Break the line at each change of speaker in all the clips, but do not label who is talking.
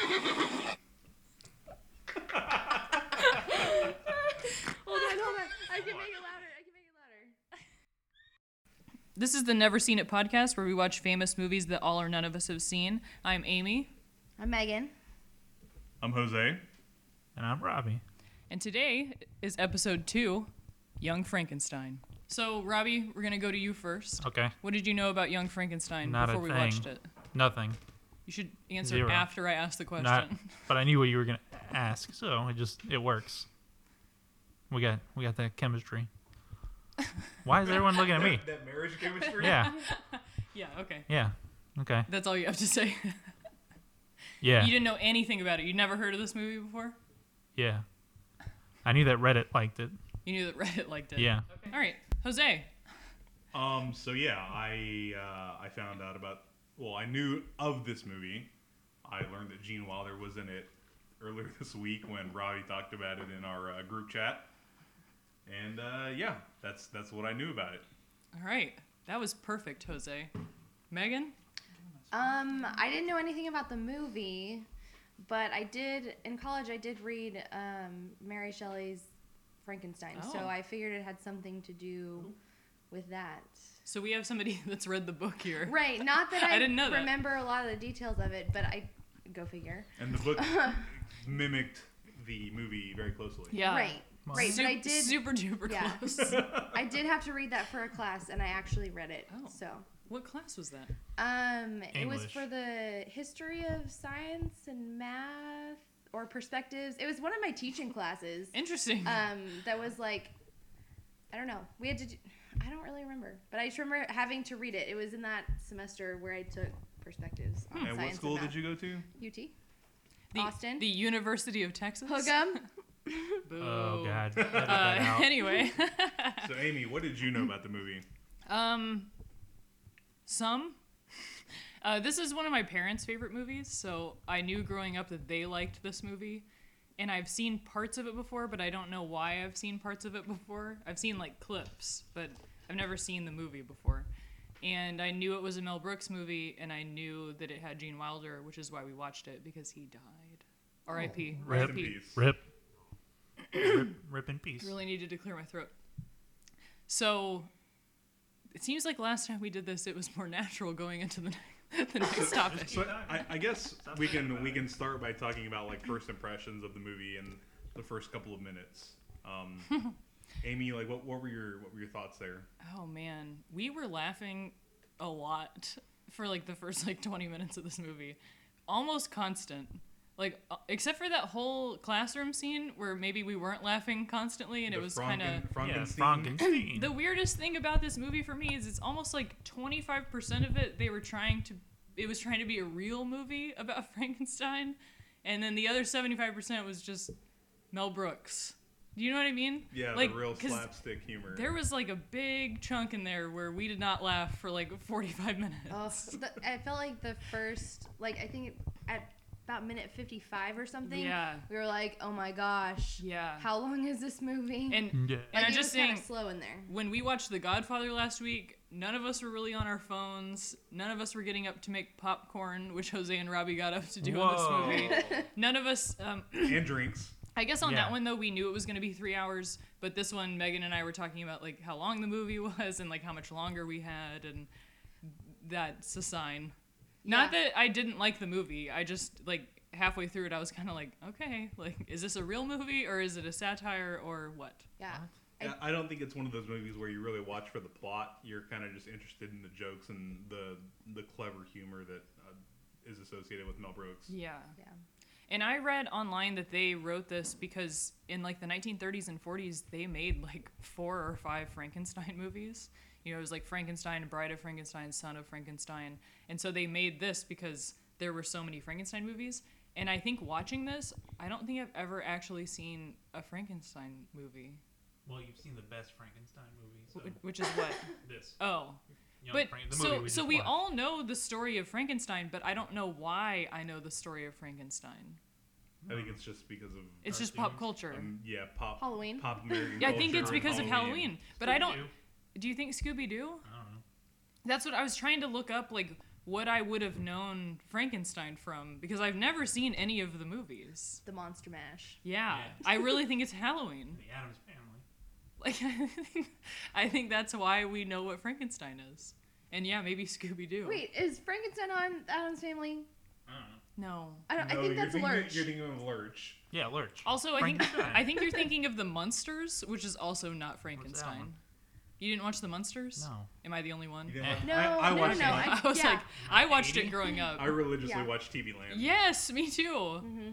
Oh,
This is the Never Seen It podcast where we watch famous movies that all or none of us have seen. I'm Amy,
I'm Megan.
I'm Jose.
And I'm Robbie.
and today is episode two Young Frankenstein. So, Robbie, we're going to go to you first.
Okay.
What did you know about Young Frankenstein
Not a
before we
thing.
watched it?
Nothing.
You should answer
Zero.
after I ask the question.
Not, but I knew what you were gonna ask, so it just it works. We got we got that chemistry. Why is everyone looking at me?
That marriage chemistry.
Yeah.
yeah, okay.
Yeah. Okay.
That's all you have to say.
Yeah.
you didn't know anything about it. You'd never heard of this movie before?
Yeah. I knew that Reddit liked it.
You knew that Reddit liked it.
Yeah.
Okay. All right. Jose,
Um. So yeah, I uh, I found out about. Well, I knew of this movie. I learned that Gene Wilder was in it earlier this week when Robbie talked about it in our uh, group chat. And uh, yeah, that's that's what I knew about it.
All right. That was perfect, Jose. Megan?
Um, I didn't know anything about the movie, but I did in college. I did read um, Mary Shelley's Frankenstein, so
Oh.
I figured it had something to do with that.
So we have somebody that's read the book here.
Right. Not that
I
I,
didn't know that.
remember a lot of the details of it, but I go figure.
And the book mimicked the movie very closely.
Yeah.
right.
Well,
Right.
Sup-
But I did.
Super duper
Yeah.
close.
I did have to read that for a class, and I actually read it.
Oh.
So.
what class was that?
Um, it was
English.
for the history of science and math or perspectives. It was one of my teaching classes.
Interesting.
um, that was like, I don't know. We had to. Do, I don't really remember, but I just remember having to read it. It was in that semester where I took perspectives on
And
science.
what school
and
did you go to?
you? UT.
the,
Austin?
The University of Texas.
Hook'em.
Boo.
Oh God. Edit that
Uh,
out.
anyway.
So Amy, what did you know about the movie?
um, some. Uh, this is one of my parents' favorite movies, so I knew growing up that they liked this movie. And I've seen parts of it before, but I don't know why I've seen parts of it before. I've seen like clips, but I've never seen the movie before. And I knew it was a Mel Brooks movie, and I knew that it had Gene Wilder, which is why we watched it because he died. R.I.P.
Rest in
R.I.P.
peace.
Rip. Rip. Rip in peace.
Really needed to clear my throat. So it seems like last time we did this, it was more natural going into the, ne- the next topic.
So I, I guess we can we can start by talking about like first impressions of the movie in the first couple of minutes. Um, Amy, like what, what were your what were your thoughts there?
Oh man, we were laughing a lot for like the first like 20 minutes of this movie. Almost constant. Like uh, except for that whole classroom scene where maybe we weren't laughing constantly and it
The
was
Franken-
kind of
Yeah,
Frankenstein.
Frankenstein.
The weirdest thing about this movie for me is it's almost like 25% of it they were trying to it was trying to be a real movie about Frankenstein and then the other 75% was just Mel Brooks. Do you know what I mean?
Yeah,
like,
the real
'cause
slapstick humor.
There was like a big chunk in there where we did not laugh for like 45 minutes.
Oh, the- I felt like the first, like I think at about minute fifty-five or something.
Yeah.
We were like, oh my gosh.
Yeah.
How long is this movie?
and
Mm, Yeah.
and
Like,
I'm
it
just
was kinda
saying
slow in there.
when we watched The Godfather last week, none of us were really on our phones. None of us were getting up to make popcorn, which Jose and Robbie got up to do
Whoa.
in this movie. None of us um,
and drinks.
I guess on
Yeah.
that one though, we knew it was going to be three hours, but this one, Megan and I were talking about like how long the movie was and like how much longer we had, and that's a sign. Not
Yeah.
that I didn't like the movie. I just like halfway through it, I was kind of like, okay, like is this a real movie or is it a satire or what?
Yeah.
I, I don't think it's one of those movies where you really watch for the plot. You're kind of just interested in the jokes and the the clever humor that uh, is associated with Mel Brooks.
Yeah.
Yeah.
And I read online that they wrote this because in like the 1930s and 40s, they made like four or five Frankenstein movies. You know, it was like Frankenstein, Bride of Frankenstein, Son of Frankenstein. And so they made this because there were so many Frankenstein movies. And I think watching this, I don't think I've ever actually seen a Frankenstein movie,
Well, you've seen the best Frankenstein movie, so
wh- which is what?
this.
oh. But so, so we all know the story of Frankenstein, but I don't know why I know the story of Frankenstein.
I think it's just because of
It's just
Cartoons.
pop culture.
um, yeah pop
Halloween.
Pop American
Yeah, I think
culture
it's
and
because of Halloween. But I don't. Do you think Scooby Doo?
I don't know.
That's what I was trying to look up, like what I would have known Frankenstein from, because I've never seen any of the movies.
The Monster Mash.
Yeah,
Yeah.
I really think it's Halloween.
The Adams Family.
Like I think, I think that's why we know what Frankenstein is. And yeah, maybe Scooby
Oh.
Doo.
Wait, is Frankenstein on Adam's Family?
I don't know.
No.
I don't.
No,
I think
you're
that's
thinking,
Lurch.
You're thinking of Lurch.
Yeah, Lurch.
Also, I think
Frankenstein.
I think you're thinking of the Munsters, which is also not Frankenstein.
one?
You didn't watch the Munsters?
No.
Am I the only one?
You didn't
Eh.
watch-
No,
I, I
no, no,
watched
no,
it.
I-
I, was
yeah.
like, I watched it
80?
growing up.
I religiously
Yeah.
watch TV Land.
yes, me too.
hmm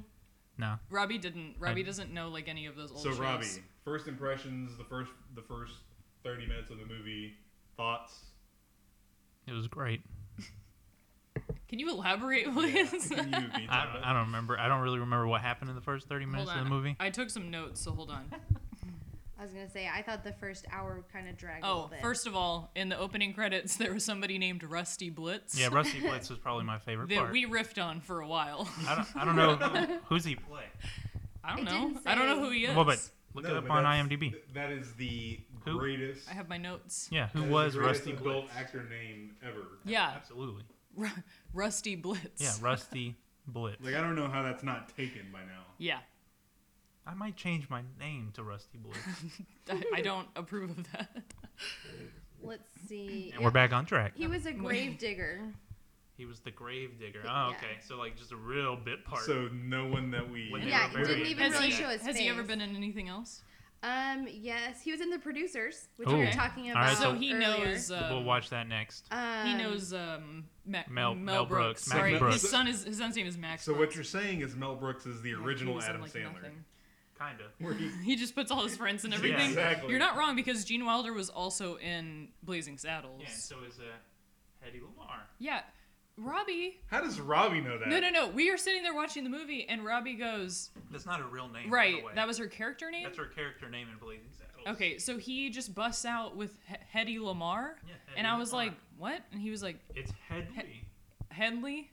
No.
Robbie didn't. Robbie
I-
doesn't know like any of those old
So
shows.
Robbie, first impressions, the first the first thirty minutes of the movie, thoughts.
It was great.
can you elaborate,
Yeah.
please?
Can you beat
I,
that?
I don't remember. I don't really remember what happened in the first 30
Hold
minutes of
on.
the movie.
I took some notes, so hold on.
I was gonna say I thought the first hour kind of dragged. a
Oh,
little bit.
first of all, in the opening credits, there was somebody named Rusty Blitz.
Yeah, Rusty Blitz was probably my favorite
that
part.
we riffed on for a while.
I, don't, I don't know who's he play.
I don't
It
know.
didn't
I don't know
say.
who he is.
Well, but look
No,
it up
but
on
that's-
IMDb.
That is the
Who?
greatest.
I have my notes.
Yeah, who
that is
was
the greatest
Rusty
adult
Blitz?
actor name ever?
Yeah,
Absolutely.
Ru- Rusty Blitz.
Yeah, Rusty Blitz.
Like I don't know how that's not taken by now.
yeah.
I might change my name to Rusty Blitz.
I, I don't approve of that.
let's see.
And we're back on track.
He was a grave digger.
He was the grave digger.
Yeah.
Oh, okay. So like just a real bit part.
So no one that we
When they
Yeah,
were
it didn't
buried.
even
Has
really
he-
show his
Has he ever
face.
been in anything else?
Um, yes, he was in the producers, which we were
Ooh.
talking
Oh. All
about.
right,
so he
earlier.
knows. Um,
we'll watch that next.
Um,
He knows um, Ma- Mel,
Mel- Mel
Brooks.
Brooks. Max
Sorry,
Brooks.
his son is his son's name is Max.
So what
Brooks.
you're saying is Mel Brooks is the
Yeah, he
original
was in,
Adam
like,
Sandler.
nothing.
Kinda.
Where he,
He just puts all his friends and everything.
Exactly.
You're not wrong because Gene Wilder was also in Blazing Saddles.
Yeah. And so is uh, Hedy Lamarr.
Yeah. Robbie.
How does Robbie know that?
No, no, no. We are sitting there watching the movie, and Robbie goes,
That's not a real name.
"Right, that was her character name."
That's her character name in Blazing Saddles.
Okay, so he just busts out with H- Hedy Lamar,
Yeah, Hedy
and I was
Lamarr.
like, "What?" And he was like,
It's Headley.
"Henley."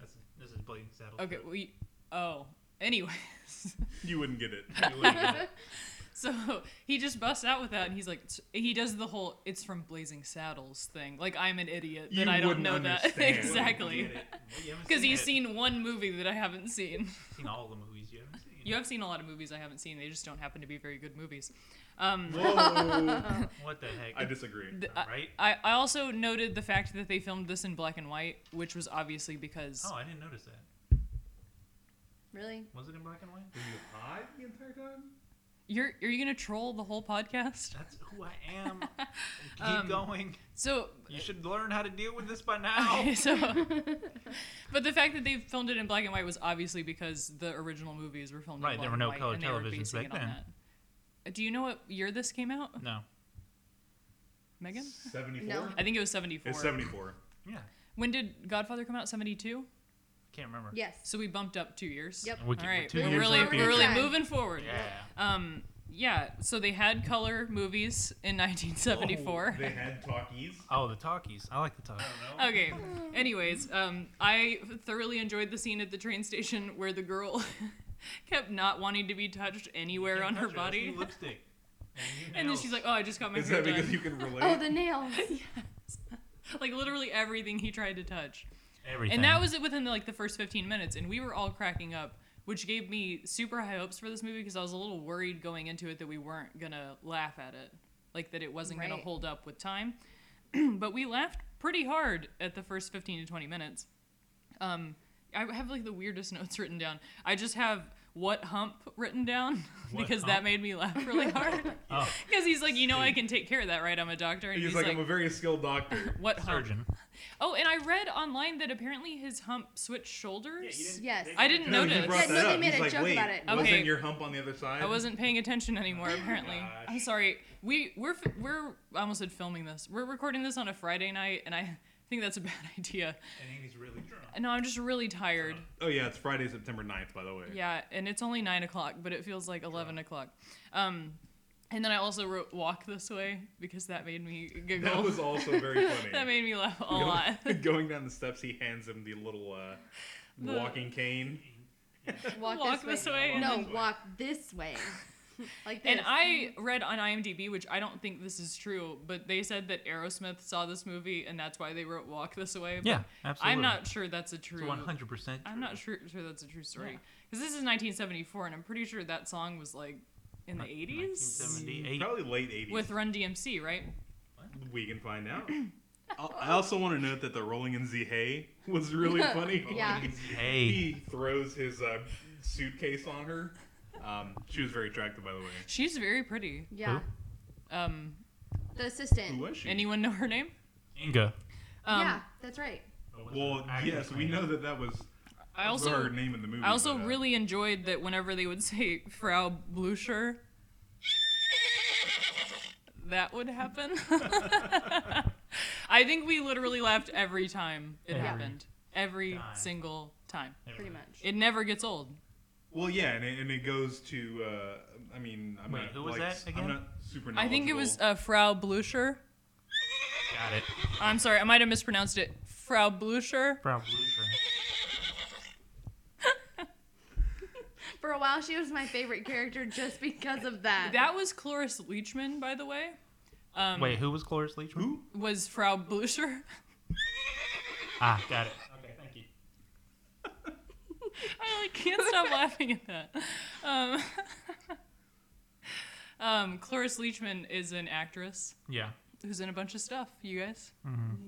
That's this is Blazing Saddles.
Okay, we. Oh, anyways.
You wouldn't get it.
So he just busts out with that, and he's like, he does the whole "it's from Blazing Saddles" thing. Like I'm an idiot that
You
I don't
wouldn't
know that
understand.
exactly because he's seen one movie that I haven't seen.
seen all the movies you haven't seen.
You have seen a lot of movies I haven't seen. They just don't happen to be very good movies. Um,
Whoa.
What the heck? Uh,
I disagree.
th- I,
right?
I I also noted the fact that they filmed this in black and white, which was obviously because
Oh, I didn't notice that.
Really?
Was it in black and white?
Were you high the entire time?
you're are you gonna troll the whole podcast?
That's who I am. Keep
Um,
going.
So
You should learn how to deal with this by now.
Okay, so,
Oh.
but the fact that they filmed it in black and white was obviously because the original movies were filmed
Right,
in
there
black
were
and
no
white,
color
and they were
televisions
basing
back
it on
then.
that. Do you know what year this came out,
No.
Megan?
74?
No.
I think it was seventy-four.
It's 74.
Yeah.
When did Godfather come out? Seventy-two.
Can't remember.
Yes.
So we bumped up two years.
Yep.
We,
All
can
right,
two
we're
years
really
up
looking
we're really
ahead.
moving forward.
Yeah.
Um. Yeah. So they had color movies in nineteen seventy-four.
Oh, They had talkies.
Oh, the talkies. I like the talkies.
Okay. Anyways, um, I thoroughly enjoyed the scene at the train station where the girl kept not wanting to be touched anywhere on her body,
Lipstick. And,
and then she's like, "Oh, I just got my
Is
hair
that
done."
because you can relate?
Oh, the nails.
like literally everything he tried to touch,
everything.
and that was it within like the first fifteen minutes, and we were all cracking up. Which gave me super high hopes for this movie because I was a little worried going into it that we weren't gonna laugh at it, like that it wasn't gonna
Right.
hold up with time. but we laughed pretty hard at the first fifteen to twenty minutes. Um, I have like the weirdest notes written down. I just have what hump written down
What
because that
hump?
made me laugh really hard.
Oh.
Because he's like, you know, I can take care of that, right? I'm a doctor, and
He's,
he's,
like,
like,
I'm a very skilled doctor.
what hump?
surgeon.
Oh, and I read online that apparently his hump switched shoulders.
Yes.
I didn't
No,
notice.
He brought
Yeah,
that
no, they
up.
made
He's
a
like,
joke
Wait,
about it.
Wasn't
Okay.
your hump on the other side?
I wasn't paying attention anymore. Apparently,
Oh gosh.
I'm sorry. We we're f- we're I almost said filming this. We're recording this on a Friday night, and I think that's a bad idea.
And Amy's really drunk.
No, I'm just really tired.
Oh, yeah, it's Friday, September 9th, by the way.
Yeah, and it's only nine o'clock, but it feels like eleven o'clock. Um, and then I also wrote "Walk This Way" because that made me giggle.
That was also very funny.
that made me laugh a
Go-
lot.
Going down the steps, he hands him the little uh,
The-
walking cane.
Walk,
Walk
this way.
this way. and
No,
then-
walk this way. like this.
And I read on IMDb, which I don't think this is true, but they said that Aerosmith saw this movie and that's why they wrote "Walk This Way." but
Yeah, absolutely.
I'm not sure that's a true.
One hundred percent.
I'm not sure, sure that's a true story because this is 1974, and I'm pretty sure that song was like in the 80s
1978.
Probably late 80s.
with Run DMC, right?
we can find out. Al- I also want to note that the rolling in Z hay was really funny.
Yeah.
Hey,
he throws his uh, suitcase on her. Um, she was very attractive, by the way.
She's very pretty.
Yeah.
Um,
The
Who
assistant.
was she?
anyone know her name?
Inga.
Um,
yeah, that's right.
well, yes, we know that that was
I
that was her
also
name in the movie.
I also
but, uh,
really enjoyed that whenever they would say Frau Blucher, that would happen. I think we literally laughed every time it
Every
happened. Every
time.
single time.
Pretty much.
It never gets old.
Well, yeah, and it, and it goes to. Uh, I mean, I'm
Wait,
not,
who was
like,
that
s-
again?
I'm not super.
I think it
knowledgeable.
was uh, Frau Blucher.
Got it.
I'm sorry, I might have mispronounced it. Frau Blucher.
Probably.
For a while, she was my favorite character just because of that.
That was Cloris Leachman, by the way. Um,
Wait, who was Cloris Leachman?
Who?
Was Frau Blucher.
Ah, got it. Okay, thank you.
I like, can't stop laughing at that. Um, um, Cloris Leachman is an actress
Yeah.
who's in a bunch of stuff, you guys.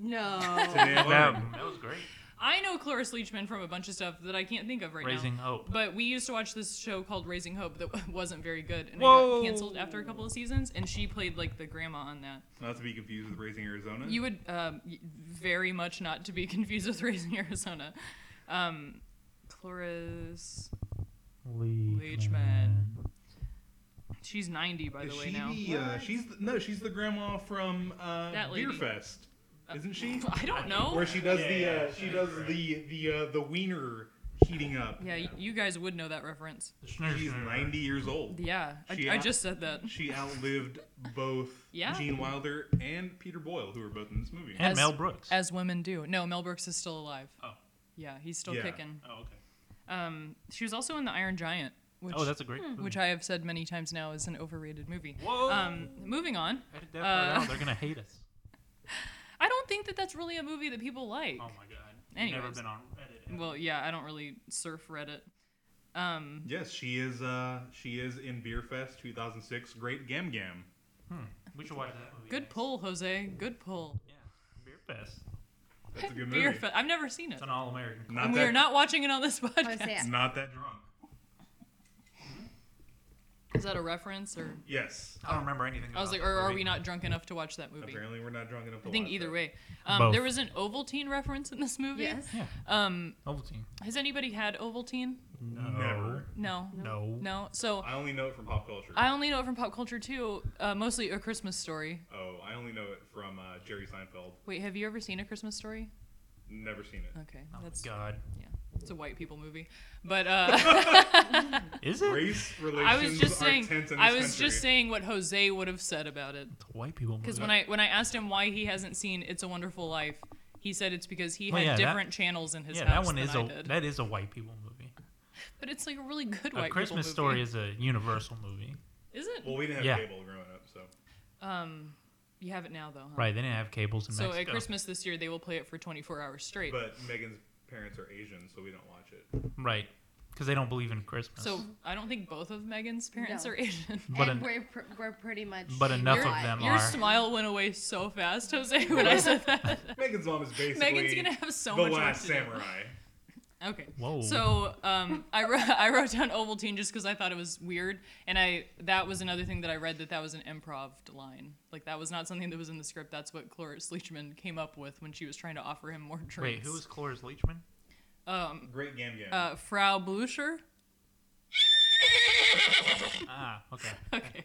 no.
uh,
Today I
That,
learned.
that was great.
I know Cloris Leachman from a bunch of stuff that I can't think of right
Raising
now.
Hope.
But we used to watch this show called Raising Hope that wasn't very good and it
Whoa.
got canceled after a couple of seasons, and she played like the grandma on that.
Not to be confused with Raising Arizona.
You would um, y- very much not to be confused with Raising Arizona. Um, Cloris, Leachman. she's 90 by
Is
the way
she
now.
the, uh, she's the, no, she's the grandma from uh,
That lady. Uh,
Beerfest, isn't she?
I don't know.
Where she does the
Yeah,
uh, she does the the uh, the wiener heating up.
Yeah, y- you guys would know that reference.
The Schnurr
She's
Schnurr.
90 years old.
Yeah,
She
I, I
out-
just said that.
She outlived both
Yeah.
Gene Wilder and Peter Boyle, who were both in this movie.
And
As-
Mel Brooks.
As women do. No, Mel Brooks is still alive.
Oh.
Yeah, he's still
Yeah.
kicking.
oh, okay.
Um, she was also in The Iron Giant, which, Hmm,
oh, that's a great. movie.
which I have said many times now is an overrated movie.
Whoa.
Um, moving on.
Edit that
uh,
part out. They're gonna hate us.
I don't think that that's really a movie that people like.
Oh my god. You've
Anyways.
Never been on Reddit.
Well, yeah, I don't really surf Reddit. Um,
Yes, she is. Uh, she is in Beerfest 2006. Great Gam Gam.
We should watch that movie.
good
next.
pull, Jose. Good pull.
Yeah. Beer Fest.
That's a good movie.
Beer fe- I've never seen it.
It's an all American.
Not
And we
that,
are not watching it on this
Jose.
podcast.
Not that drunk.
Is that a reference or?
Yes.
I don't remember anything.
Oh. I was like,
about
or
that
are
movie.
we not drunk enough to watch that movie?
Apparently, we're not drunk enough. To
I think
watch
either
that.
way. Um,
Both.
there was an Ovaltine reference in this movie.
Yes.
Um,
Ovaltine.
has anybody had Ovaltine?
No.
Never.
No.
No.
No. So
I only know it from pop culture.
I only know it from pop culture too. Uh, mostly A Christmas Story.
oh, I only know it from uh, Jerry Seinfeld.
Wait, have you ever seen A Christmas Story?
Never seen it.
Okay,
Oh
that's
my god.
yeah, it's a white people movie. But uh,
Is it?
Race relations
I was just
are
saying,
tense in this
I was
country.
just saying what Jose would have said about it.
It's a white people movie.
Because when I when I asked him why he hasn't seen It's a Wonderful Life, he said it's because he
Well,
had
yeah, that-
different channels in his
yeah, that
house
one
than
is
I
a
did.
that is a white people movie.
But it's like a really good
a
white
Christmas
people
Story
movie. Oh.
is a Universal movie,
Is it?
Well, we didn't have
Yeah.
cable growing up, so
Um, you have it now though, huh?
right? They didn't have cables in
So
Mexico.
at Christmas this year, they will play it for 24 hours straight.
but Megan's parents are Asian, so we don't watch it.
right? Because they don't believe in Christmas.
so I don't think both of Megan's parents
No.
are Asian.
but
and
en-
we're, pr- we're pretty much.
but enough of
Your-
alive.
them
Your
are.
smile went away so fast, Jose, when I said that.
Megan's mom is basically
Megan's gonna have so
the
much work
last
to do.
samurai.
Okay.
Whoa.
So um, I wrote I wrote down Ovaltine just because I thought it was weird, and I that was another thing that I read that that was an improv line. Like that was not something that was in the script. That's what Cloris Leachman came up with when she was trying to offer him more drinks.
Wait, who is Cloris Leachman?
um
Great Gam Gam.
uh, Frau Blucher?
ah, okay.
Okay.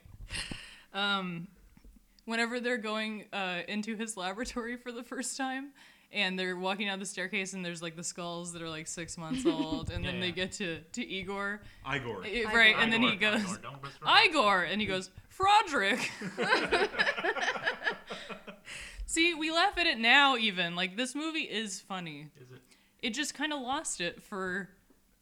Um, whenever they're going uh, into his laboratory for the first time. And they're walking down the staircase, and there's like the skulls that are like six months old, and
Yeah,
then they
yeah.
get to, to Igor,
Igor.
Eh, right? And then he
Igor,
goes,
Igor, don't whisper.
Igor, and he goes, Frodrick. See, we laugh at it now, even. Like, this movie is funny.
Is it?
It just kind of lost it for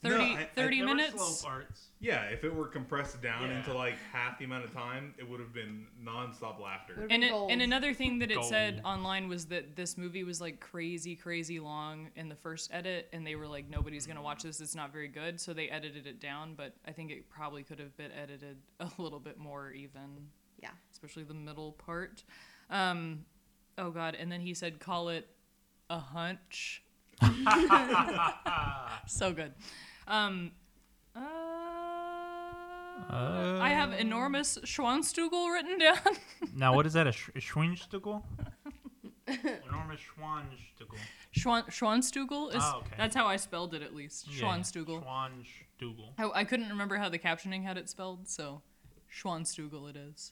30,
No, I- I-
30
There were
minutes.
slow parts.
Yeah, if it were compressed down
Yeah.
into like half the amount of time, it would have been nonstop laughter.
Would've
And,
been
it, and
gold.
another thing that it said
Gold.
online was that this movie was like crazy, crazy long in the first edit, and they were like, nobody's gonna watch this. It's not very good, so they edited it down. But I think it probably could have been edited a little bit more, even
Yeah.
especially the middle part. Um, oh God! And then he said, "Call it a hunch." so good. Um, uh,
Uh,
I have enormous Schwanstugel written down.
Now, what is that? A, sh- a Schweinstugel? Enormous Schwanstugel.
Schwan, Schwanstugel is
Ah, okay.
that's how I spelled it at least.
Yeah,
Schwanstugel.
Schwanstugel.
I, I couldn't remember how the captioning had it spelled, so Schwanstugel it is.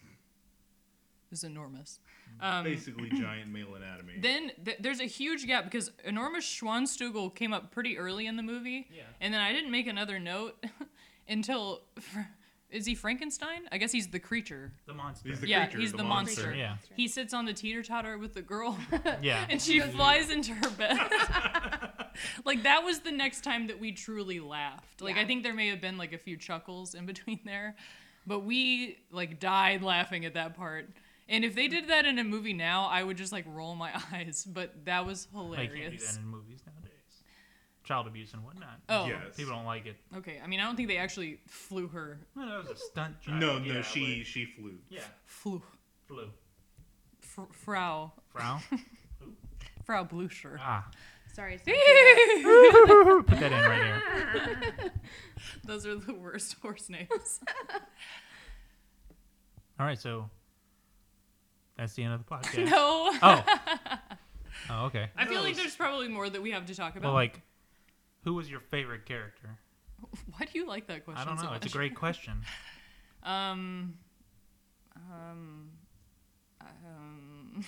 It's enormous.
Basically, giant male anatomy.
Then th- there's a huge gap because enormous Schwanstugel came up pretty early in the movie,
Yeah.
and then I didn't make another note until Fra- is he Frankenstein? I guess he's the creature.
The monster.
He's the
yeah,
creature,
he's the,
the
monster.
monster.
Yeah.
He sits on the teeter totter with the girl,
yeah.
and she flies into her bed. like that was the next time that we truly laughed. Like
Yeah.
I think there may have been like a few chuckles in between there, but we like died laughing at that part. And if they did that in a movie now, I would just like roll my eyes. But that was
They can't do
hilarious.
that in movies nowadays. Child abuse and whatnot.
Oh,
Yes.
People don't like it.
okay. I mean, I don't think they actually flew her.
Well, that was a stunt job.
no, no,
Yeah,
she she flew.
but- yeah.
Flew.
Flew.
Fr- Frau.
Frau?
Frau Blucher.
ah.
Sorry. it's
Put that in right here.
Those are the worst horse names.
All right, so that's the end of the podcast.
no.
Oh. Oh, okay.
I feel like
No.
there's probably more that we have to talk about.
Well, like, who was your favorite character?
Why do you like that question?
I don't
so
know. It's a
much?
great question.
Um, um, um,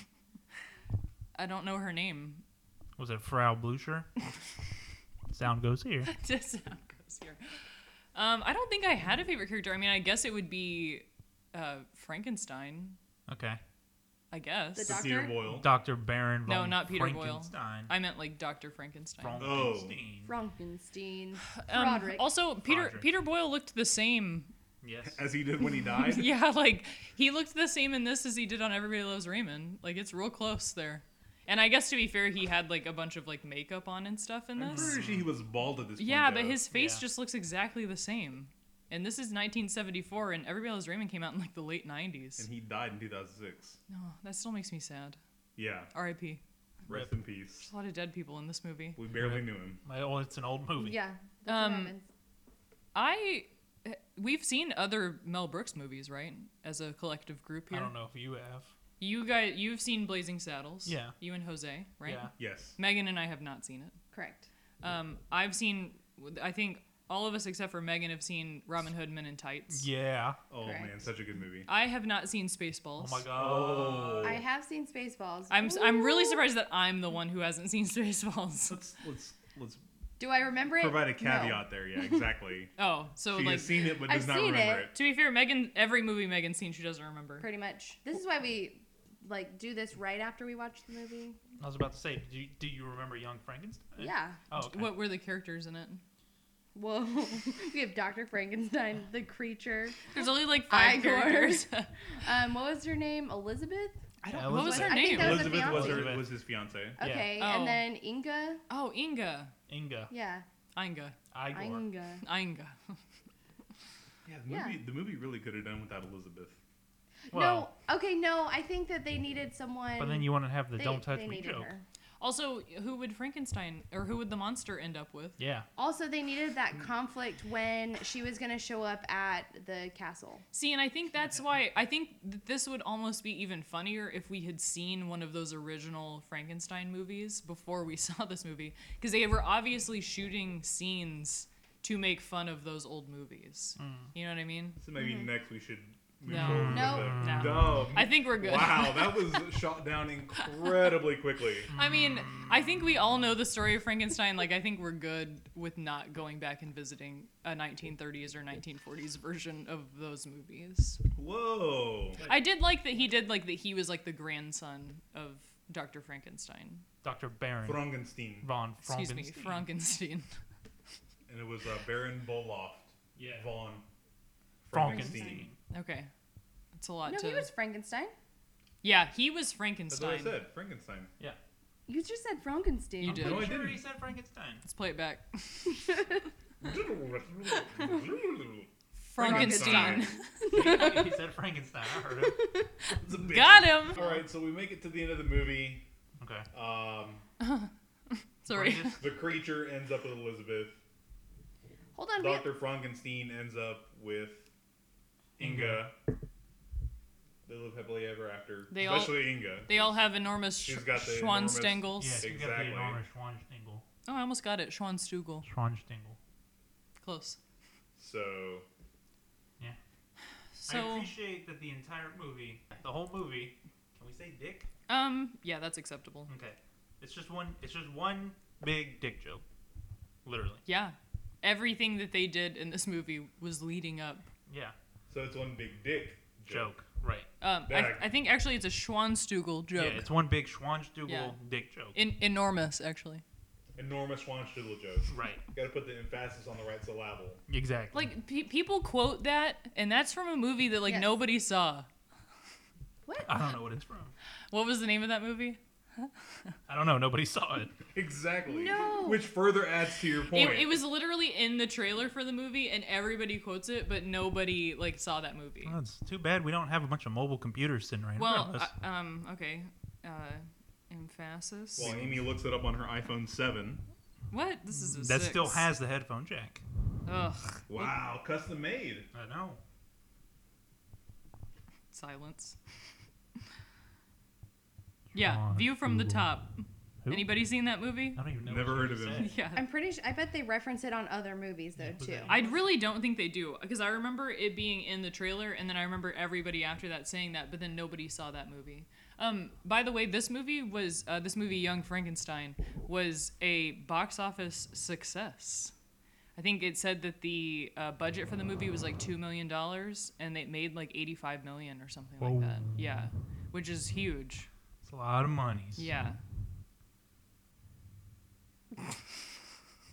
I don't know her name.
Was it Frau Blucher? Sound goes here.
Just how it goes here. Um, I don't think I had a favorite character. I mean, I guess it would be uh, Frankenstein.
Okay.
I guess.
The
So
doc-
Peter
Doctor?
Boyle.
Dr. Baron
No,
von
not Peter Boyle.
Frankenstein.
I meant like Doctor Frankenstein.
Oh.
Frankenstein.
Frankenstein.
Um,
Roderick.
also, Peter
Roderick.
Peter Boyle looked the same.
Yes.
As he did when he died.
yeah, like he looked the same in this as he did on Everybody Loves Raymond. Like it's real close there. And I guess to be fair, he had like a bunch of like makeup on and stuff in
I'm
this.
pretty sure he was bald at this point.
Yeah, but
though.
his face
uh, Yeah.
just looks exactly the same. And this is 1974, and Everybody Loves Raymond came out in like the late 90s.
And he died in 2006.
No, that still makes me sad.
Yeah,
R.I.P.
rest in peace.
There's a lot of dead people in this movie.
We barely knew him.
Oh, it's an old movie.
Yeah. that's what
Um,
happens.
I, eh, we've seen other Mel Brooks movies, right? As a collective group
I
here.
don't know if you have.
You guys, you've seen Blazing Saddles.
Yeah.
You and Jose, right?
Yeah.
Yes.
Megan and I have not seen it.
Correct.
Um, I've seen, I think all of us except for Megan have seen Robin Hood Men in Tights.
Yeah.
Oh
Correct.
man, such a good movie.
I have not seen Spaceballs.
Oh my god.
Oh.
I have seen Spaceballs.
I'm I'm really
Ooh.
surprised that I'm the one who hasn't seen Spaceballs.
Let's let's let's
Do I remember it?
provide a
No.
caveat there. Yeah, exactly.
Oh, so
she
like
has seen it but
I've
does not
seen
remember
it.
it.
to be fair, Megan every movie Megan's seen she doesn't remember.
Pretty much. This is why we like do this right after we watch the movie.
I was about to say, do you, do you remember Young Frankenstein?
Yeah.
Oh, okay.
What were the characters in it?
Whoa. we have Dr. Frankenstein, the creature.
There's only like five
Igor.
characters.
Um, what was her name? Elizabeth?
I
Yeah,
don't. What was
Elizabeth.
her
I think
name?
that was a Uh,
Elizabeth was
fiancé.
her was his fiance.
Yeah.
Okay.
Oh.
And then Inga?
Oh, Inga,
Inga.
Yeah.
Inga,
Igor.
Inga.
Inga.
Yeah, the
Yeah.
movie the movie really could have done without Elizabeth.
Well,
no. Okay, no. I think that they needed someone.
but then
um,
you want to have the
they-
don't touch
they
me
needed
joke.
her.
Also, who would Frankenstein or who would the monster end up with?
Yeah.
Also, they needed that conflict when she was going to show up at the castle.
See, and I think that's why I think that this would almost be even funnier if we had seen one of those original Frankenstein movies before we saw this movie because they were obviously shooting scenes to make fun of those old movies. You know what I mean?
So maybe next we should move
No.
forward with
Mm-hmm. No.
No.
the- Dumb.
I think we're good.
Wow, that was shot down incredibly quickly.
I mean, I think we all know the story of Frankenstein. Like, I think we're good with not going back and visiting a 1930s or 1940s version of those movies.
Whoa.
I did like that he did like that he was like the grandson of Dr. Frankenstein.
Dr. Baron
Frankenstein.
von
Excuse me,
Frankenstein.
Frankenstein.
and it was uh, Baron Boloft
Yeah.
von
Frankenstein.
Okay. That's a lot
No,
to.
he was Frankenstein.
Yeah, he was
That's
Frankenstein.
what I said. Frankenstein.
You just said Frankenstein.
You did.
No, I
Sure
didn't.
he said Frankenstein.
Let's play it back.
Frankenstein.
Frankenstein.
he said Frankenstein. I heard it.
It's a bitch.
Got him.
All right, so we make it to the end of the movie.
Okay.
Um,
Sorry.
Frankenstein.
the creature ends up with Elizabeth.
Hold on. We,
Doctor Frankenstein ends up with Inga. They live happily ever after.
Mm-hmm. They all-
Especially Inga.
They all have enormous sh-
She's got the
Schwanstengels.
Yes, you got the
Exactly.
enormous Schwanstengel.
Oh, I almost got it. Schwanstugel.
Schwanstengel.
Close.
So
I
So,
appreciate that the entire movie, the whole movie, can we say dick?
um, yeah, that's acceptable.
Okay. It's just one. It's just one big dick joke, literally.
Yeah. Everything that they did in this movie was leading up.
Yeah.
so it's one big dick joke.
Joke. Right.
Um, I,
Bag.
I think actually it's a Schwanstugel joke.
Yeah. It's one big Schwanstengel
Yeah.
dick joke.
in- enormous, actually.
Enormous Schwanstoodle joke.
right.
Got to put the emphasis on the right syllable.
Exactly.
Like pe- people quote that, and that's from a movie that like
Yes.
nobody saw.
what?
I don't know what it's from.
What was the name of that movie?
I don't know. Nobody saw it.
Exactly.
No.
Which further adds to your
It,
point.
it was literally in the trailer for the movie, and everybody quotes it, but nobody like saw that movie.
Well, it's too bad we don't have a bunch of mobile computers sitting right in front
Well,
of us.
I- um, okay, uh, emphasis.
Well, Amy looks it up on her iPhone 7.
What? This is a
that
six.
still has the headphone jack.
Ugh.
Wow, custom made.
I know.
Silence. Yeah,
John
view from the
Google.
top.
Who?
Anybody seen that movie?
I don't even know.
Never
what
heard
you
of him.
said.
Yeah.
I'm pretty. Su- I bet they reference it on other movies though too.
I really don't think they do because I remember it being in the trailer, and then I remember everybody after that saying that, but then nobody saw that movie. Um, by the way, this movie was uh, this movie Young Frankenstein was a box office success. I think it said that the uh, budget for the movie was like two million dollars, and they made like eighty-five million or something
Whoa.
like that. Yeah, which is huge.
It's a lot of money.
Yeah,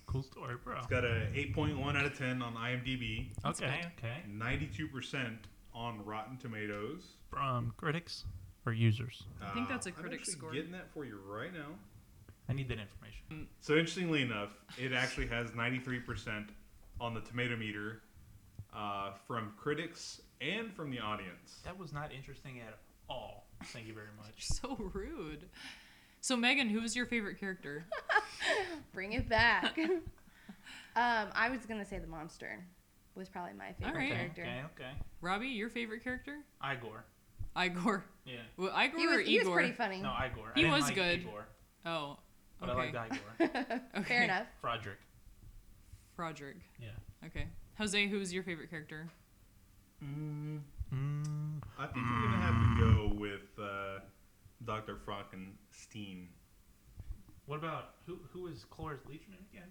Cool story, bro.
It's got a 8.1 out of 10 on IMDb,
That's
Okay.
good.
Okay.
92% on Rotten Tomatoes.
From critics or users.
I
think that's a critic score.
Getting that for you right now.
I need that information.
So interestingly enough, it actually has 93% on the tomato meter uh, from critics and from the audience.
That was not interesting at all. Thank you very much.
so rude. So Megan, who was your favorite character?
Bring it back. um, I was gonna say the monster was probably my favorite
right.
Okay.
character.
Okay. Okay.
Robbie, your favorite character?
Igor.
Igor.
Yeah.
Well, Igor
He was,
or
he was
Igor?
pretty funny.
No, Igor. I
He
didn't
was
like
good.
Igor,
Oh,
but
okay.
I liked Igor.
Okay.
Fair enough.
Frodrick.
Frodrick.
Yeah.
Okay. Jose, who's your favorite character?
Mm,
Mm,
I think we're going to have to go with uh, Dr. Frankenstein.
what about who? Who is Clora's Legion again?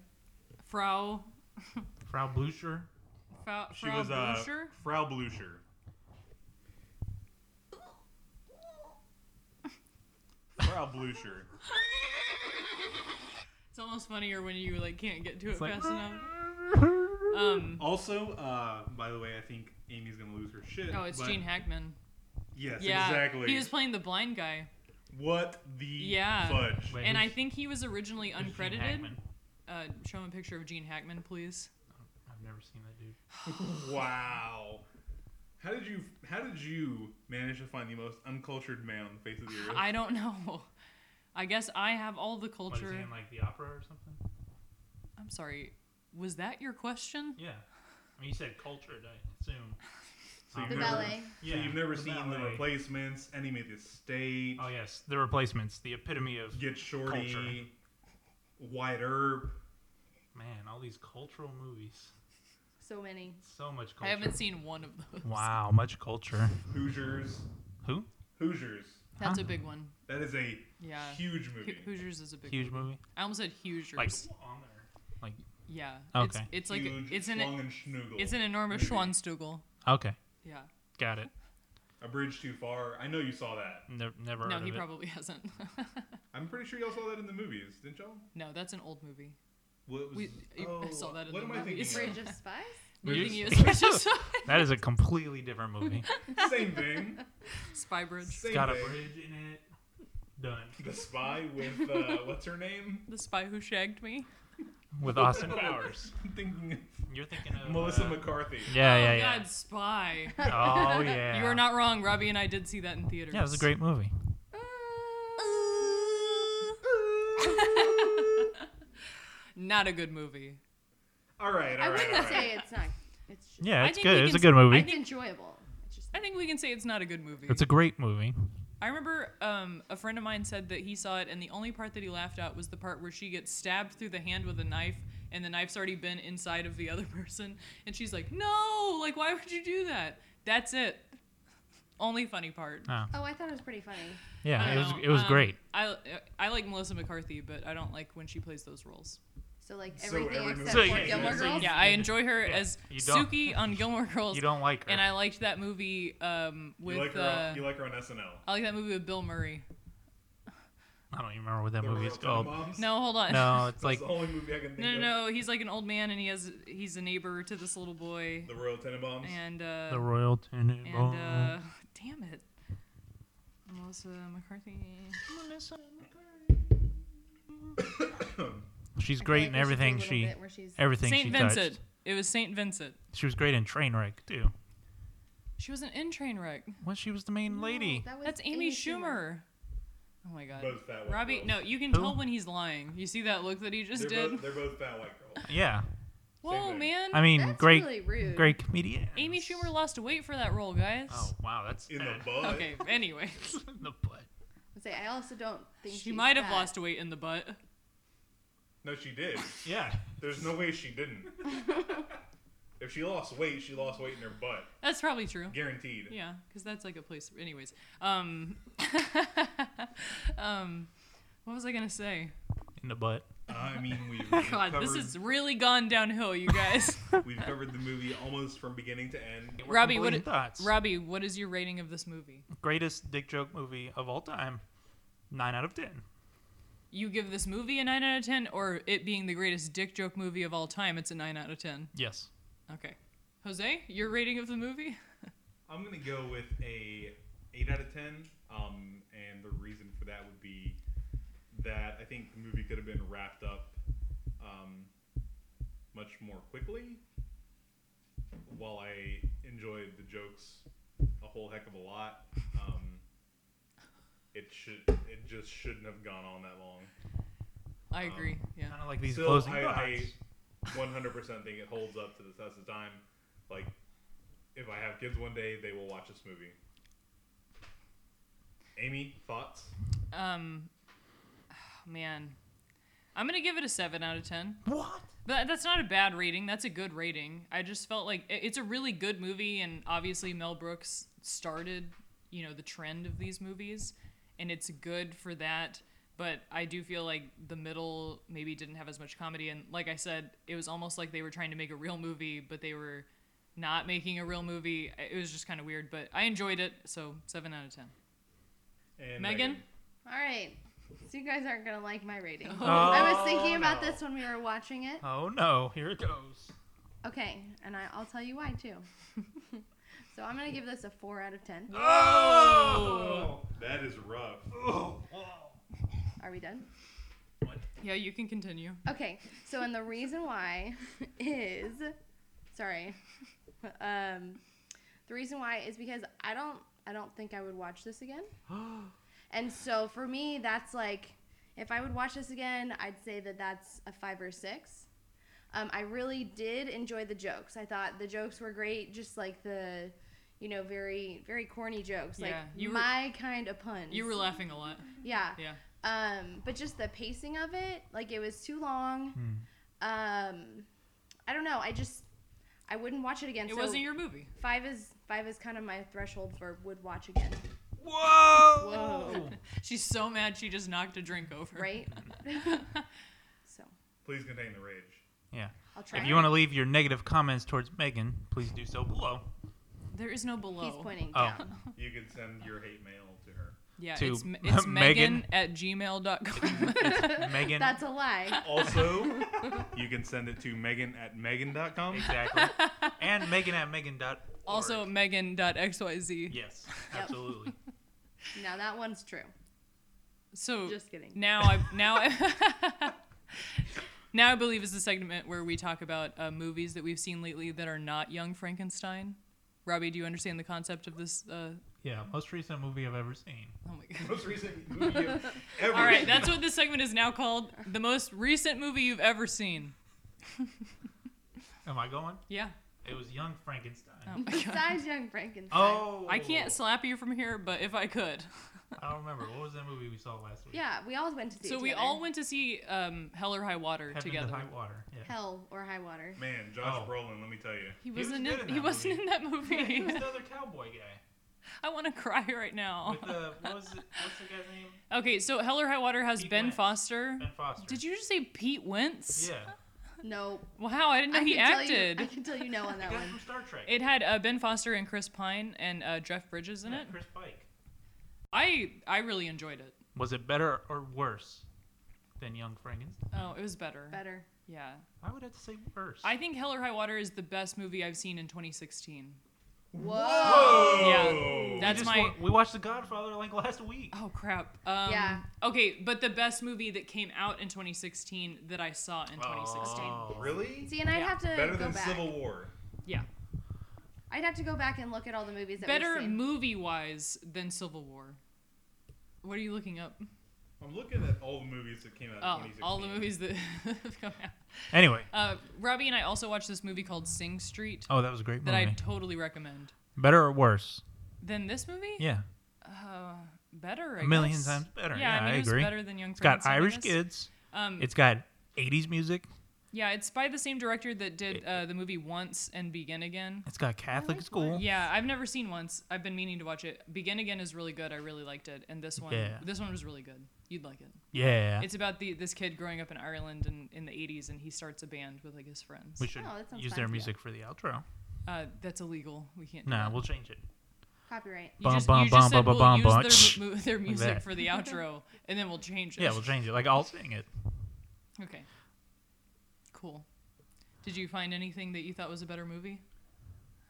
Frau.
Frau Blucher.
Frau,
She
Frau
was uh,
Blücher?
Frau Blucher. Frau Blucher.
It's almost funnier when you like can't get to it
like-
fast enough. Um.
Also, uh, by the way, I think Amy's gonna lose her shit.
Oh, it's
but-
Gene Hackman.
Yes,
yeah.
exactly.
He was playing the blind guy,
what the
Yeah.
fudge?
Wait,
and I
who's-
think he was originally
who's Gene
uncredited.
Hackman?
Uh, show him a picture of Gene Hackman, please.
I've never seen that dude.
Wow. How did you How did you manage to find the most uncultured man on the face of the earth?
I don't know. I guess I have all the
What is
culture.
he in like the opera or something?
I'm sorry. Was that your question?
Yeah. I mean, you said cultured. I assume.
So
Um,
The
Never-
ballet.
so you've never
the
seen the
ballet.
replacements, enemy of the state,
Oh yes, the replacements, the epitome of
get shorty,
Culture.
white herb.
man. All these cultural movies.
So many.
So much culture.
I haven't seen one of those.
Wow, much culture.
Hoosiers.
Who?
Hoosiers.
That's
Huh?
a big one.
That is a
Yeah.
huge movie.
Ho- Hoosiers is a big
Huge
one.
movie.
I almost said Hoosiers.
Like on there. Like
yeah.
Okay.
It's, it's like
huge,
it's an
long and schnoogle.
it's an enormous
movie.
Schwanstugel.
okay,
Yeah.
got it.
A bridge too far. I know you saw that.
Ne- never.
No,
heard
he
of it.
probably hasn't.
I'm pretty sure y'all saw that in the movies, didn't y'all?
no, that's an old movie.
What was?
We- you-
oh,
I saw that in
what
the
am I
movies.
thinking?
Bridge of Spies?
You're
You-
thinking of Bridge of Spies.
That is a completely different movie.
of? Same thing.
Spy Bridge.
Same
Got a
thing.
bridge in it. Done.
The spy with uh, what's her name?
The spy who shagged me.
With Austin
Powers. I'm thinking
You're thinking
of
of
Melissa
uh,
McCarthy.
Yeah, yeah,
oh
yeah.
God, Spy.
Oh yeah.
You are not wrong. Robbie and I did see that in theaters.
Yeah, it was a great movie.
Not a good movie.
All right,
I
all right,
wouldn't
all right.
say it's not. It's just,
Yeah,
I
it's
think we
good. It's
can
a
s-
good
I
movie.
it's enjoyable. It's just
I think we can say it's not a good movie.
It's a great movie.
I remember um, a friend of mine said that he saw it, and the only part that he laughed at was the part where she gets stabbed through the hand with a knife, and the knife's already been inside of the other person, and she's like, "No, like why would you do that?" That's it. Only funny part.
Oh.
Oh, I thought it was pretty funny.
I
Yeah, it was
don't
it was
know. Um,
great.
I I like Melissa McCarthy, but I don't like when she plays those roles.
So like
So
everything
every
except for
movie- So, yeah,
Gilmore
yeah, so
Girls.
Yeah, I enjoy her
Yeah,
as
you don't-
Suki on Gilmore Girls,
You don't like her.
um, and I liked that movie um, with
you like her.
uh,
on, you like her on SNL.
I like that movie with Bill Murray.
I don't even remember what that
The
movie
Real
is
Time
called.
Bombs?
No, hold on.
No, it's
That's
like
the only movie I can think
No,
of.
no, no. He's like an old man, and he has he's a neighbor to this little boy,
The Royal Tenenbaums.
and uh,
the Royal
and
Tenenbaums.
uh, damn it, Melissa McCarthy.
She's
I feel
great
like
in
there's just a
everything
little
she
bit where she's-
everything she
Saint Vincent.
touched.
It was Saint Vincent.
She was great in Trainwreck too.
She was an in train wreck.
Well, she was the main
No,
lady.
that was
That's Amy, Schumer. Oh my God.
Both fat white
Robbie,
girls.
no, you can
Who?
tell when he's lying. You see that look that he just
they're
did?
both, they're both fat white girls.
Yeah,
Whoa,
thing.
man.
I mean,
That's
great,
really rude.
great comedian.
Amy Schumer lost weight for that role, guys.
Oh wow, that's
In the
bad.
butt.
Okay, anyway.
in the butt.
Let's say I also don't think
she
she's
might have
fat.
lost weight in the butt.
No, she did.
Yeah.
There's no way she didn't. if she lost weight, she lost weight in her butt,
That's probably true.
guaranteed.
Yeah, because that's like a place. Anyways, um, um, what was I gonna say?
In the butt.
I mean, we've
God,
covered,
this has really gone downhill, you guys.
we've covered the movie almost from beginning to end.
Robbie, what
Complete
it-
thoughts?
Robbie, what is your rating of this movie?
Greatest dick joke movie of all time. Nine out of ten.
You give this movie a nine out of ten, or it being the greatest dick joke movie of all time, it's a nine out of ten.
Yes.
Okay, Jose, your rating of the movie?
I'm gonna go with a eight out of ten. Um, and the reason for that would be that I think the movie could have been wrapped up um, much more quickly. While I enjoyed the jokes a whole heck of a lot, um, it should it just shouldn't have gone on that long.
I agree. yeah.
Kind of like these
Still,
closing
I-
thoughts.
I 100% think it holds up to the test of time. Like, if I have kids one day, they will watch this movie. Amy, thoughts?
Um, man, I'm gonna give it a seven out of ten.
What?
But that's not a bad rating. That's a good rating. I just felt like it- it's a really good movie, and obviously Mel Brooks started, you know, the trend of these movies, and it's good for that. But I do feel like the middle maybe didn't have as much comedy, and like I said, it was almost like they were trying to make a real movie, but they were not making a real movie. It was just kind of weird, but I enjoyed it. So seven out of ten.
And
Megan?
All right. So you guys aren't gonna like my rating.
Oh,
I was thinking
no.
about this when we were watching it.
Oh no! Here it goes.
Okay, and I, I'll tell you why too. so I'm gonna give this a four out of ten.
Oh!
That is rough.
Oh!
Are we done?
Yeah, you can continue.
Okay, so and the reason why is, sorry, um, the reason why is because I don't I don't think I would watch this again. And so for me, that's like if I would watch this again, I'd say that that's a five or six. Um, I really did enjoy the jokes. I thought the jokes were great, just like the, you know, very very corny jokes, like
Yeah, you were-
my kind of puns.
You were laughing a lot.
yeah.
Yeah.
Um, but just the pacing of it, like it was too long. Um, I don't know. I just I wouldn't watch it again.
It
so
wasn't your movie.
five is five is kind of my threshold for would watch again.
Whoa!
Whoa.
She's so mad she just knocked a drink over.
right? so
Please contain the rage.
Yeah.
I'll try.
If you want to leave your negative comments towards Megan, please do so below.
There is no below.
He's pointing
Oh.
down.
You could send your hate mail to her.
Yeah,
to
it's, me- it's
Megan.
Megan at gmail.com.
Megan.
That's a lie.
Also, you can send it to Megan at Megan.com.
exactly. and Megan at Megan dot.
also,
org.
Megan.xyz.
Yes,
Yep.
absolutely.
Now that one's true.
So
Just kidding.
now I now I, now I believe is the segment where we talk about uh, movies that we've seen lately that are not Young Frankenstein. Robbie, do you understand the concept of this? Uh,
Yeah, most recent movie I've ever seen.
oh my god.
Most recent movie you've ever
All right,
seen.
that's what this segment is now called. The most recent movie you've ever seen.
Am I going?
Yeah.
It was Young Frankenstein.
Oh my god.
Besides Young Frankenstein.
Oh,
I can't slap you from here, but if I could.
I don't remember. What was that movie we saw last week?
Yeah, we all went to see.
So
it
we
together.
all went to see um, Hell or High Water
Heaven
together.
to High Water. Yeah.
Hell or high water.
Man, Josh
Oh.
Brolin, let me tell you.
He
was
wasn't
good
in,
in
he
that
wasn't
movie.
in that
He
movie.
was the other cowboy guy.
I want to cry right now.
With the what was it? What's the guy's name?
Okay, so Hell or High Water has
Pete
Ben
Wentz.
Foster.
Ben Foster.
Did you just say Pete Wentz?
Yeah.
No.
Wow, I didn't know
I
he
can tell you-
acted.
I can tell you no on
The
that
guy
one.
from Star Trek.
It had uh, Ben Foster and Chris Pine and uh, Jeff Bridges in
Yeah,
it.
Chris Pike.
I I really enjoyed it.
Was it better or worse than Young Frankenstein?
Oh, it was better.
Better.
Yeah.
I would have to say worse.
I think Hell or High Water is the best movie I've seen in 2016.
Whoa.
Yeah,
We
that's
just
my-
wa- we watched The Godfather like last week.
Oh crap. Um,
Yeah.
Okay, but the best movie that came out in 2016 that I saw in 2016.
Oh.
Really?
See, and I'd
Yeah.
have to
Better
go
than
back.
Civil War.
Yeah.
I'd have to go back and look at all the movies that
Better
we've seen.
movie wise than Civil War. What are you looking up?
I'm looking at all the movies that came out
Uh,
Oh,
in 2016.
all the movies that have come out.
Anyway.
Uh, Robbie and I also watched this movie called Sing Street
Oh, that was a great
that
movie.
I totally recommend.
Better or worse?
Than this movie?
Yeah.
Uh, better. I
A million
guess.
times better.
Yeah,
Yeah,
I mean
I
it was
agree.
better than Young
It's got
Frankenstein, I
Irish
guess.
kids.
Um,
It's got 80s music.
yeah, it's by the same director that did
It-
uh, the movie Once and Begin Again.
It's got Catholic
like
school.
Yeah, I've never seen Once. I've been meaning to watch it. Begin Again is really good. I really liked it, and this one,
Yeah.
this one was really good. You'd like it.
Yeah.
It's about the this kid growing up in Ireland in, in the 80s, and he starts a band with like his friends.
we should
Oh, that sounds
use
fun.
their
Yeah.
music for the outro.
Uh, that's illegal. We can't. do
Nah,
that.
we'll change it.
Copyright.
You
Bum,
just,
bum,
you just
bum,
said
bum,
we'll
bum,
use
bum.
their, mu- their music
that.
for the outro, and then we'll change it.
Yeah, we'll change it. Like I'll sing it.
Okay. Cool. Did you find anything that you thought was a better movie?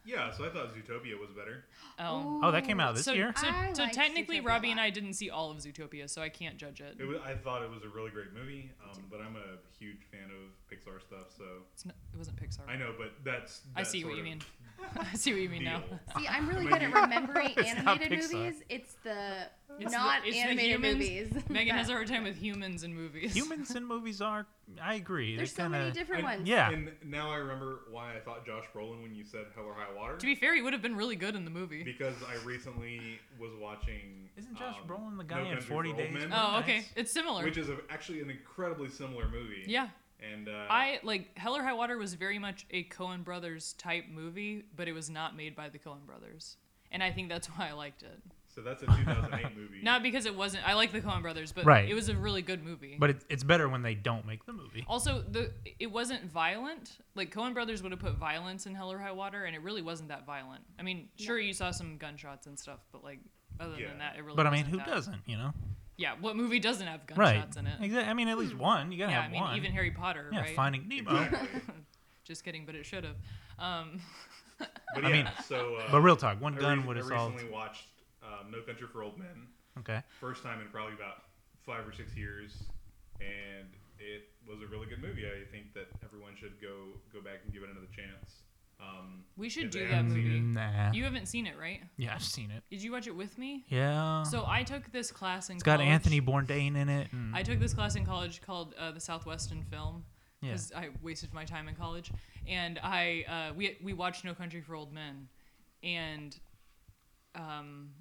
Yeah, so I thought Zootopia was better.
Oh.
Oh, that came out this
so,
year.
So,
I
so
liked
technically,
Zootopia a
Robbie and
lot.
I didn't see all of Zootopia, so I can't judge it.
It was, I thought it was a really great movie, um, but I'm a huge fan of Pixar stuff, so
It's not, it wasn't Pixar.
I know, but that's.
I
that
see what
sort
you
of
mean. I see what you mean now.
deal.
See, I'm really
I
good
mean,
at remembering
It's not
animated
Pixar.
movies. It's the
It's the-
not
it's the
animated
humans.
movies.
Megan has a hard time with humans in movies.
Humans in movies are. I agree.
There's
they
so
kind
many
of.
different
And-
ones.
Yeah.
And now I remember why I thought Josh Brolin when you said Hell or High Water.
To be fair, he would have been really good in the movie.
because I recently was watching.
Isn't Josh
um,
Brolin the
No
guy in
Country for
40
Old
Days?
Men,
Oh,
Nice.
okay. It's similar.
Which is a, actually an incredibly similar movie.
yeah.
And uh,
I like Hell or High Water was very much a Coen Brothers type movie, but it was not made by the Coen Brothers. And I think that's why I liked it.
so that's a 2008 movie.
Not because it wasn't I like the Coen Brothers, but
Right.
it was a really good movie.
But it, it's better when they don't make the movie.
also the it wasn't violent. Like Coen Brothers would have put violence in Hell or High Water and it really wasn't that violent. I mean, sure you saw some gunshots and stuff, but like other
Yeah.
than that it really
But I mean,
wasn't
who
that-
doesn't? You know,
Yeah, what movie doesn't have
right?
gunshots in it? Hmm.
Exactly. I mean, at least one. You gotta
Yeah,
have
I mean
one.
even Harry Potter,
yeah,
right?
Finding Nemo.
Exactly.
Just kidding, but it should have. Um
But
I
yeah,
mean,
so. Uh,
But real talk, one
I
gun
re-
would have
I
solved.
recently watched um, No Country for Old Men,
Okay.
first time in probably about five or six years, and it was a really good movie. I think that everyone should go go back and give it another chance. Um,
we
Yeah,
should
they
do that
haven't seen
movie.
it.
Nah.
You haven't seen it, right?
yeah, I've seen it.
Did you watch it with me?
Yeah.
So I took this class in
Uh-huh. it's got
college.
Anthony Bourdain in it. And,
I took this class in college called uh, the Southwestern Film
yeah.
because I wasted my time in college, and I uh, we we watched No Country for Old Men, and um.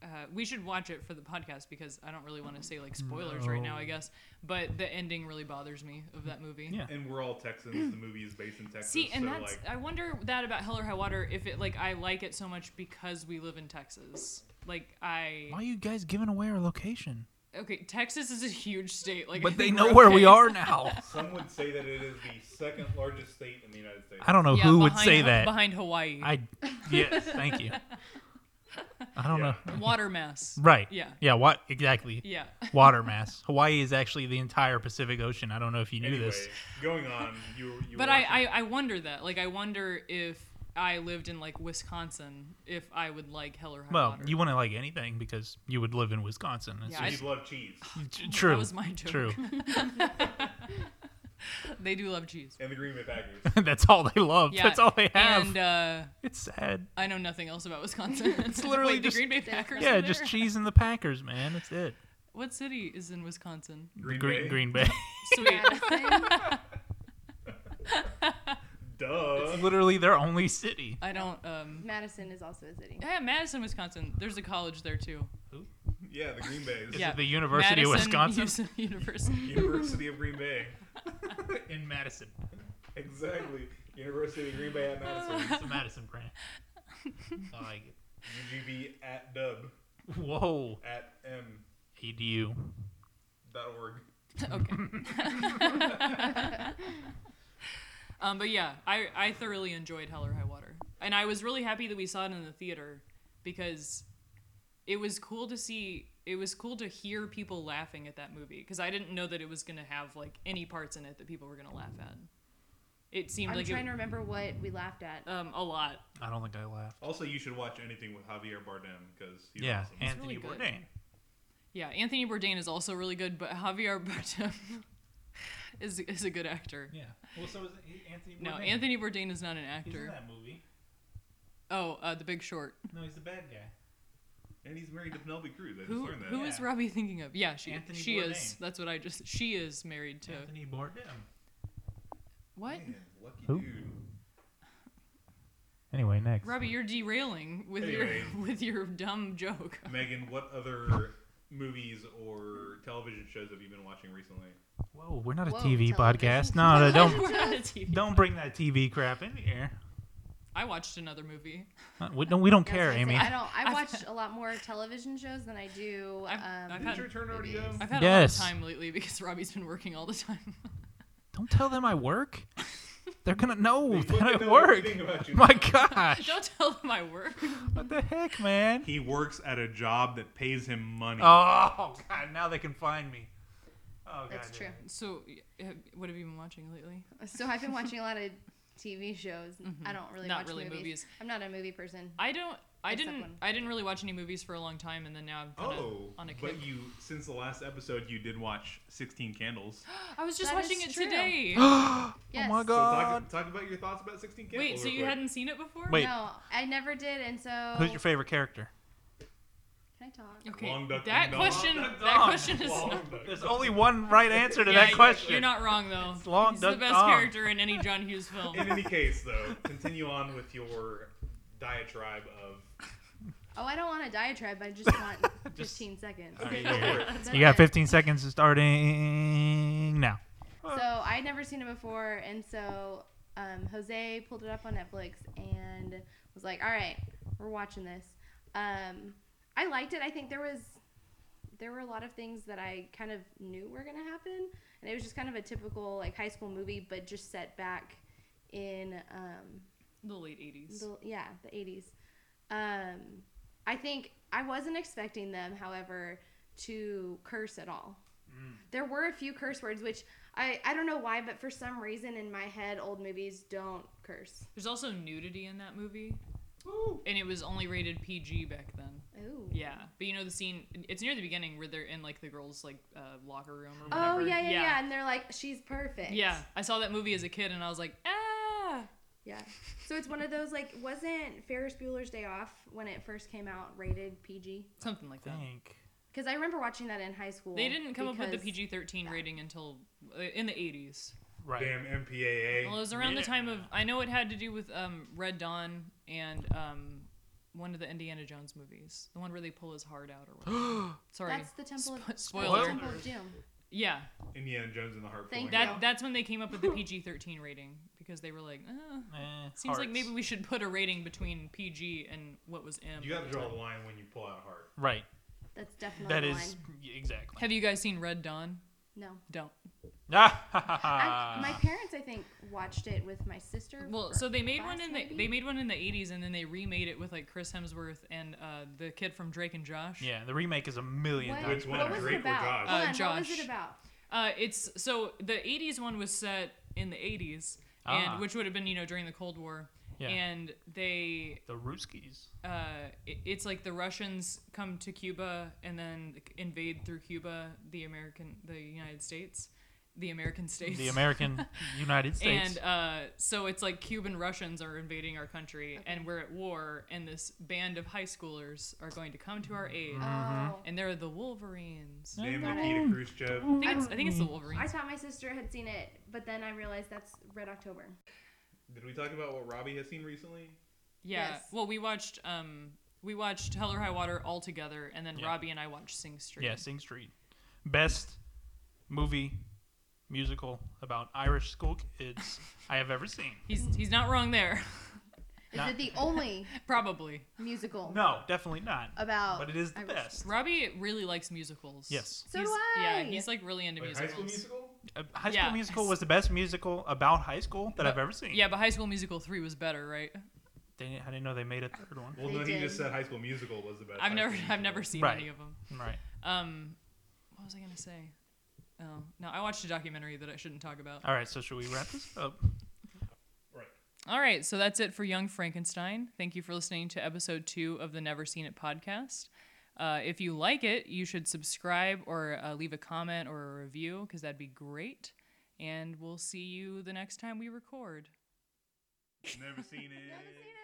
Uh, we should watch it for the podcast because I don't really want to say like spoilers right now, I
No.
guess. But the ending really bothers me of that movie.
Yeah.
and we're all Texans. the movie is based in Texas.
See, and
so
that's
like,
I wonder that about Hell or High Water if it like I like it so much because we live in Texas. Like I
Why are you guys giving away our location?
okay, Texas is a huge state. Like, I
But they
think
know
we're
where
okay.
we are now.
Some would say that it is the second largest state in the United States.
I don't know
Yeah,
who would
behind-
say that.
behind Hawaii.
I. Yes. Thank you. I don't
Yeah.
know.
Water mess.
Right.
Yeah.
Yeah. What exactly?
Yeah.
Water mass. Hawaii is actually the entire Pacific Ocean. I don't know if you knew
Anyway,
this.
going on, you, were- you
But
were
I,
watching-
I, I wonder that. Like, I wonder if I lived in, like, Wisconsin, if I would like hell or high
Well,
water.
you wouldn't like anything because you would live in Wisconsin. It's
Yeah, I-
you'd love cheese.
just- t- true.
was my joke.
True.
They do love cheese.
And the Green Bay Packers.
That's all they love.
Yeah.
That's all they have.
And uh,
it's sad.
I know nothing else about Wisconsin. it's
literally
Wait,
just-
the Green Bay Packers.
Yeah,
are
just
there?
cheese and the Packers, man. That's it.
What city is in Wisconsin?
Green,
Green
Bay.
Green Bay.
Sweet.
Madison.
Duh.
It's literally their only city.
I don't. Um,
Madison is also a city.
yeah, Madison, Wisconsin. There's a college there too.
Yeah, the Green Bays.
Yeah.
Is it the University of
Madison
Wisconsin?
Us- University.
University of Green Bay.
In Madison.
Exactly. University of Green Bay at Madison.
It's the Madison brand. I like it.
UGB at Dub
Whoa.
at M
ADU.
dot org.
okay. um, but yeah, I, I thoroughly enjoyed Hell or High Water, and I was really happy that we saw it in the theater because it was cool to see. It was cool to hear people laughing at that movie because I didn't know that it was gonna have like any parts in it that people were gonna laugh at. It seemed
I'm
like
trying
it,
to remember what we laughed at.
um, a lot.
I don't think I laughed.
Also, you should watch anything with Javier Bardem because he's
yeah,
awesome.
Anthony
really good.
Bourdain.
Yeah, Anthony Bourdain is also really good, but Javier Bardem is is a good actor.
Yeah. Well, so is Anthony
No, Anthony Bourdain is not an actor.
that movie.
Oh, uh, The Big Short.
No, he's the bad guy.
and he's married to Penelope Cruz. I just
Who
learned that.
who is
Yeah.
Robbie thinking of? Yeah, she
Anthony
she is.
Bourdain.
That's what I just. She is married to
Anthony Bourdain.
what?
Man, lucky
Who?
dude.
Anyway, next.
Robbie, you're derailing with
Anyway.
your with your dumb joke.
Megan, what other movies or television shows have you been watching recently?
Whoa, we're not a
Whoa, television.
TV podcast. No, no, don't
We're not a TV.
don't bring that TV crap in here.
I watched another movie.
Uh, We don't we don't
That's what
care,
I said.
Amy.
I don't. I
I've-
watch a lot more television shows than I do.
I've-
um,
I've
Did
had-
your turn already
movies.
go?
I've had
Yes.
a lot of time lately because Robbie's been working all the time.
Don't tell them I work. They're gonna know
Look,
Oh, that I
they know
work.
everything about you.
My gosh,
Don't tell them I work.
what the heck, man?
He works at a job that pays him money.
Oh God, now they can find me. Oh God,
That's true.
So, y- have- what have you been watching lately?
So I've been watching a lot of TV shows. I don't really
Mm-hmm. Not
watch
really
movies.
movies.
I'm not a movie person.
I don't. I
Except
didn't.
when-
I didn't really watch any movies for a long time, and then now I'm kinda
Oh,
on a kick.
but you since the last episode you did watch 16 Candles.
I was just
That
watching
is
it
true.
today.
Yes.
Oh my
So talk,
God.
talk about your thoughts about 16 Candles.
Wait, so
real
you
quick.
hadn't seen it before?
Wait.
No, I never did, and so.
Who's your favorite character?
Can I talk?
Okay.
Long duck,
that
ding dong.
question.
Long duck,
that
dong.
question is.
Long
not-
duck.
There's only one right answer to
Yeah,
that
you-
question.
You're not wrong though.
It's Long Oh.
He's the
Duck
best
Dong.
character in any John Hughes film.
In any case, though, continue on with your diatribe of.
Oh, I don't want a diatribe. I just want
Just-
15 seconds.
Okay,
yeah,
go for it.
That's
You got
it.
15 seconds starting now.
So I had never seen it before, and so um, Jose pulled it up on Netflix and was like, "All right, we're watching this." Um, I liked it. I think there was there were a lot of things that I kind of knew were gonna happen, and it was just kind of a typical like high school movie, but just set back in um,
the late '80s.
the, yeah, the 80s. Um, I think I wasn't expecting them, however, to curse at all.
Mm.
There were a few curse words, which I, I don't know why, but for some reason in my head, old movies don't curse.
There's also nudity in that movie, and it was only rated PG back then.
Ooh.
Yeah, but you know the scene. It's near the beginning where they're in like the girls' like uh, locker room or
Oh,
whatever.
yeah, yeah, yeah, And they're like, she's perfect.
Yeah, I saw that movie as a kid, and I was like, ah.
Yeah. So it's one of those, like, wasn't Ferris Bueller's Day Off when it first came out rated PG?
Something like that.
Think.
Because I remember watching that in high school.
They didn't come up with the
because-
PG 13 rating until uh, in the 80s.
Right.
Damn MPAA.
Well, it was around
Yeah.
the time of. I know it had to do with um, Red Dawn and um, one of the Indiana Jones movies, the one where they pull his heart out or whatever. Sorry.
That's the Temple of,
Spo-
that's the
spoiler.
Temple of Doom.
yeah,
Indiana Jones and the Heart.
Thank
that
you.
that's when they came up with the PG thirteen rating because they were like, uh
Eh,
seems like
hearts.
maybe we should put a rating between PG and what was M.
You got
at
to
the
draw
time.
the line when you pull out a heart.
Right.
That's definitely
That
the
is
line.
exactly.
Have you guys seen Red Dawn?
No.
Don't.
Ah.
I, my parents, I think, watched it with my sister.
Well,
for
so they made one
class,
in the
maybe?
they made one in the '80s, and then they remade it with like Chris Hemsworth and uh, the kid from Drake and Josh.
yeah, the remake is a million
What,
times
Which one,
what
better.
was
Drake
it
or
about? Hold
Josh?
Uh,
on, What was
Josh.
it about?
Uh, it's so the '80s one was set in the '80s,
Ah.
and which would have been you know during the Cold War.
Yeah.
And they,
The Ruskies.
uh, it- it's like the Russians come to Cuba and then invade through Cuba the American, the United States, the American states.
The American United States.
And uh, so it's like Cuban Russians are invading our country, and we're at war, and this band of high schoolers are going to come to our aid,
Oh.
Mm.
Mm-hmm. and they're the Wolverines. I
Name
got
Nikita
it.
Khrushchev.
think it's, I think it's the
I
Wolverines.
thought my sister had seen it, but then I realized that's Red October.
Did we talk about what Robbie has seen recently?
Yeah.
Yes.
Well, we watched um we watched Hell or High Water all together, and then
Yeah.
Robbie and I watched Sing Street.
Yeah, Sing Street. Best movie musical about Irish school kids I have ever seen.
He's he's not wrong there,
Is
Not-
it the only
probably.
musical
No, definitely not.
about?
But it is the
Irish-
best.
Robbie really likes musicals.
Yes.
So
He's-
do I.
Yeah, he's like really into
Like High
musicals.
School Musical?
Uh, High School
Yeah.
Musical was the best musical about high school that I've ever seen.
Yeah, but High School Musical three was better, right?
They didn't, I didn't know they made a third one.
Well,
They
no, he
did.
just said High School Musical was the best.
I've
High
never
School
I've never
Musical.
seen
Right.
any of them.
Right.
Um, what was I gonna say? Oh no, I watched a documentary that I shouldn't talk about.
All right, so should we wrap this up?
Right.
All right, so that's it for Young Frankenstein. Thank you for listening to episode two of the Never Seen It podcast. Uh, if you like it, you should subscribe or uh, leave a comment or a review because that'd be great. And we'll see you the next time we record.
Never seen it.
Never seen it.